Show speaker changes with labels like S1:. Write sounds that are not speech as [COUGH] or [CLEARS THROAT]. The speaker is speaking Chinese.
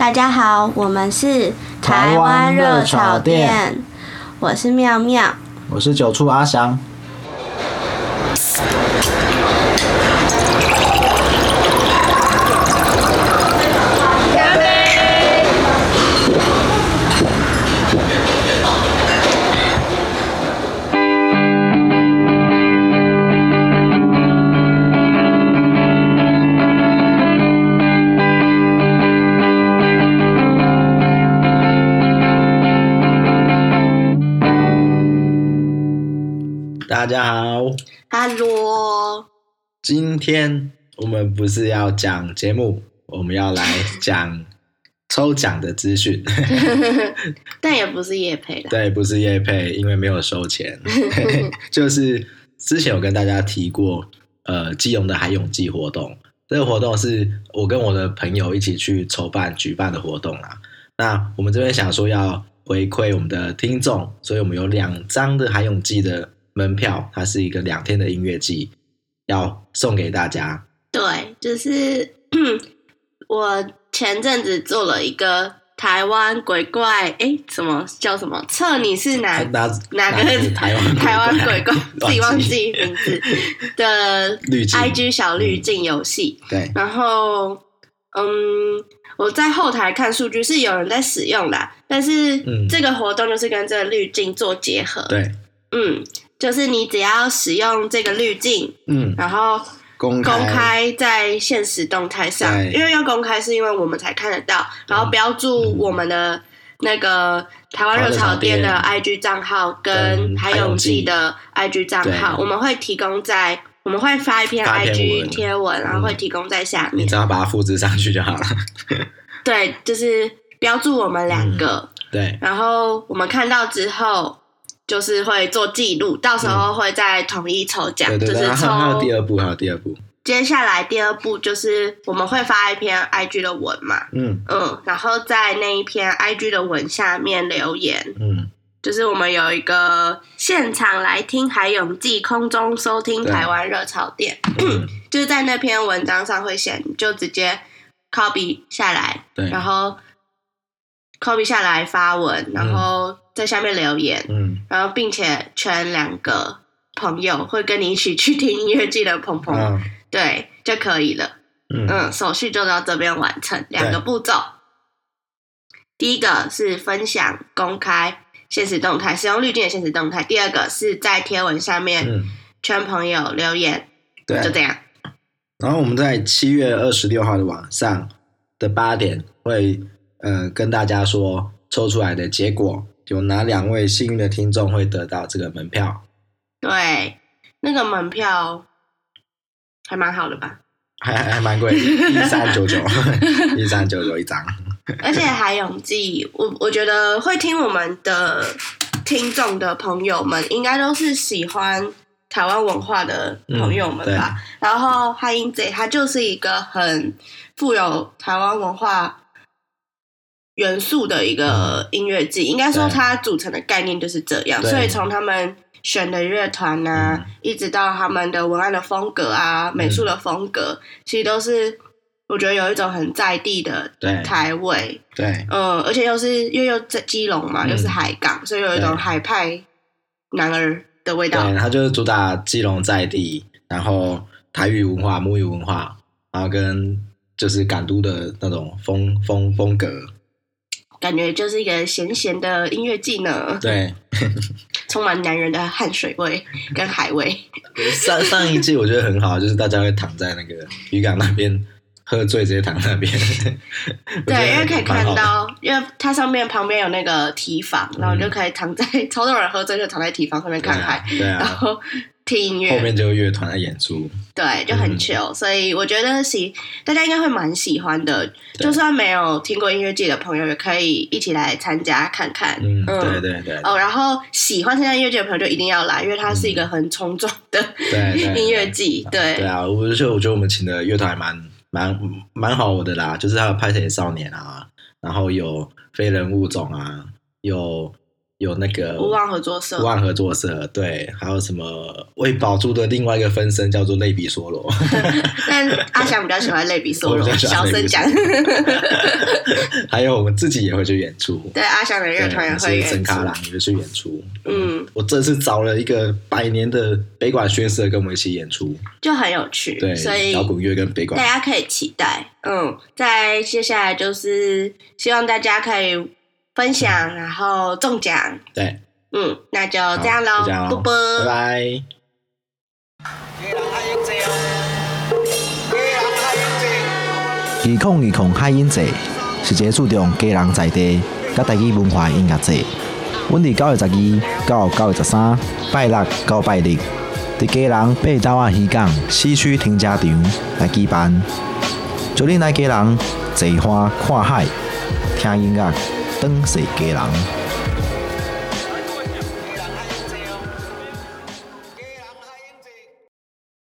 S1: 大家好，我们是
S2: 台湾热炒店，
S1: 我是妙妙。
S2: 我是九处阿翔。大家好，
S1: Hello，
S2: 今天我们不是要讲节目，我们要来讲抽奖的资讯。
S1: 但也不是叶培的，
S2: 对，不是叶配，因为没有收
S1: [LAUGHS]
S2: 钱。就是之前有跟大家提过，呃，基隆的海泳季活动，这个活动是我跟我的朋友一起去筹办举办的活动啦。那我们这边想说要回馈我们的听众，所以我们有两张的海泳季的门票，它是一个两天的音乐季，要送给大家。
S1: 对，就是 [CLEARS THROAT] 我前阵子做了一个台湾鬼怪，诶，什么叫什么？测你是哪
S2: 哪
S1: 哎哪个
S2: 是台湾，
S1: 台湾鬼怪
S2: [LAUGHS]
S1: [LAUGHS] 自己忘记名字的
S2: 滤镜
S1: IG 小滤镜游戏。
S2: 对
S1: 然后，嗯，我在后台看数据是有人在使用啦，但是
S2: 嗯
S1: 这个活动就是跟这个滤镜做结合。，
S2: 对，
S1: 嗯，就是你只要使用这个滤镜，
S2: 嗯，
S1: 然后
S2: 公
S1: 公开在现实动态上，
S2: 对
S1: 因为要公开是因为我们才看得到，然后标注我们的那个台湾热炒店的
S2: 台
S1: IG 账号跟
S2: 跟
S1: 还
S2: 海
S1: 有
S2: 泳
S1: 记
S2: 记
S1: 的 IG 账号，
S2: 对
S1: 我们会提供在。我们会发一篇
S2: 发一篇
S1: IG
S2: 文
S1: 贴文，然后会
S2: 嗯
S1: 提供在下
S2: 你。
S1: 面
S2: 只要把它复制上去就好了。 [LAUGHS]
S1: 对，就是标注我们两个，
S2: 对，
S1: 然后我们看到之后就是会做记录，到时候会再统一抽奖，
S2: 嗯对对
S1: 就
S2: 对，
S1: 是
S2: 然后还有第
S1: 抽。
S2: 二步，还有第二步，
S1: 接下来第二步就是我们会发一篇 IG 的文嘛，
S2: 嗯
S1: 嗯，然后在那一篇 IG 的文下面留言，
S2: 嗯，
S1: 就是我们有一个现场来听海泳记空中收听
S2: 对
S1: 台湾热潮店，
S2: 嗯
S1: 就是在那篇文章上会写，你就直接 copy 下来，
S2: 对，
S1: 然后 copy 下来发文，然后在下面留言，
S2: 嗯
S1: 然后并且圈两个朋友会跟你一起去听音乐季的鹏鹏，
S2: 嗯
S1: 对就可以了。
S2: 嗯
S1: 嗯，手续就到这边完成，两个步骤。第一个是分享公开现实动态，使用滤镜的现实动态；第二个是在贴文下面
S2: 嗯，
S1: 圈朋友留言，
S2: 对
S1: 就。这样。
S2: 然后我们在七月二十六号的晚上的八点会呃跟大家说抽出来的结果，有哪两位幸运的听众会得到这个门票，
S1: 对，那个门票还蛮好的吧？
S2: 还还还蛮贵，一三九 [LAUGHS] 九，一三九九一张。
S1: 而且海泳季，我我觉得会听我们的听众的朋友们，应该都是喜欢台湾文化的
S2: 嗯
S1: 朋友们吧。然后汉英姐她就是一个很富有台湾文化元素的一个音乐季，应该说
S2: 对
S1: 它组成的概念就是这样。
S2: 对嗯
S1: 所以从他们选的乐团啊，一直到他们的文案的风格啊、美术的风格，其实都是我觉得有一种很在地的
S2: 对
S1: 台味，
S2: 对
S1: 嗯，而且又是又又在基隆嘛，
S2: 嗯
S1: 又是海港，所以有一种
S2: 对
S1: 海派男儿的味道
S2: 对，。它就是主打基隆在地，然后台语文化、母语文化，然后跟就是港都的那种风风风格。
S1: 感觉就是一个咸咸的音乐季呢，
S2: 对，
S1: 充满男人的汗水味跟海味。
S2: 上上一季我觉得很好，就是大家会躺在那个渔港那边喝醉，直接躺那边。 [LAUGHS] 我觉得
S1: 对，因为可以看
S2: 蛮好的，
S1: 到，因为它上面旁边有那个提防，然后
S2: 嗯
S1: 你就可以躺在， [LAUGHS] 超多人喝醉就躺在提防上面
S2: 对
S1: 看
S2: 啊
S1: 海，，
S2: 对
S1: 然
S2: 啊，
S1: 后听音
S2: 后
S1: 乐，
S2: 面就有乐团的演出，
S1: 对，就很
S2: 嗯
S1: chill、所以我觉得喜大家应该会蛮喜欢的，
S2: 对
S1: 就算没有听过音乐季的朋友，也可以一起来参加看看。
S2: 嗯，对对对
S1: 哦，然后喜欢参加音乐季的朋友就一定要来，因为它是一个很冲撞的
S2: 嗯对对，
S1: [LAUGHS] 音乐季。对，
S2: 对啊，我就我觉得我们请的乐团还蛮蛮蛮好的啦，就是还有拍摄少年啊，然后有非人物种啊，有有那个
S1: 无望合作社
S2: 无望合作社，对，还有什么为宝珠的另外一个分身叫做类比梭
S1: [LAUGHS]
S2: 罗，
S1: 但阿翔比较喜欢
S2: [LAUGHS]
S1: 类比梭
S2: 我比
S1: 罗
S2: 较，喜欢
S1: 小
S2: 类
S1: 声
S2: 比
S1: 讲。
S2: [LAUGHS] 还有我们自己也会去演出，
S1: [LAUGHS] 对，阿翔的乐团也会
S2: 对，是
S1: 演
S2: 森
S1: 出
S2: 卡。朗也会去演出，
S1: 嗯，
S2: 我这次找了一个百年的北管宣社跟我们一起演出，
S1: 就很有趣，
S2: 对
S1: 所，以
S2: 摇滚乐跟北管
S1: 大家可以期待。嗯，在接下来就是希望大家可以分享，然后中奖。
S2: 对，
S1: 嗯，那就
S2: 好
S1: 这样喽
S2: 就这样，
S1: 啵
S2: 咯
S1: 啵
S2: 拜。拜。
S3: 二零二零海音节是一个注重家人在地甲台语文化的音乐节。阮伫九月十二到九月十三，拜六到拜日，伫家人北斗啊渔港西区停车场来举办。祝恁来家人坐花看海，听音乐，转世家人。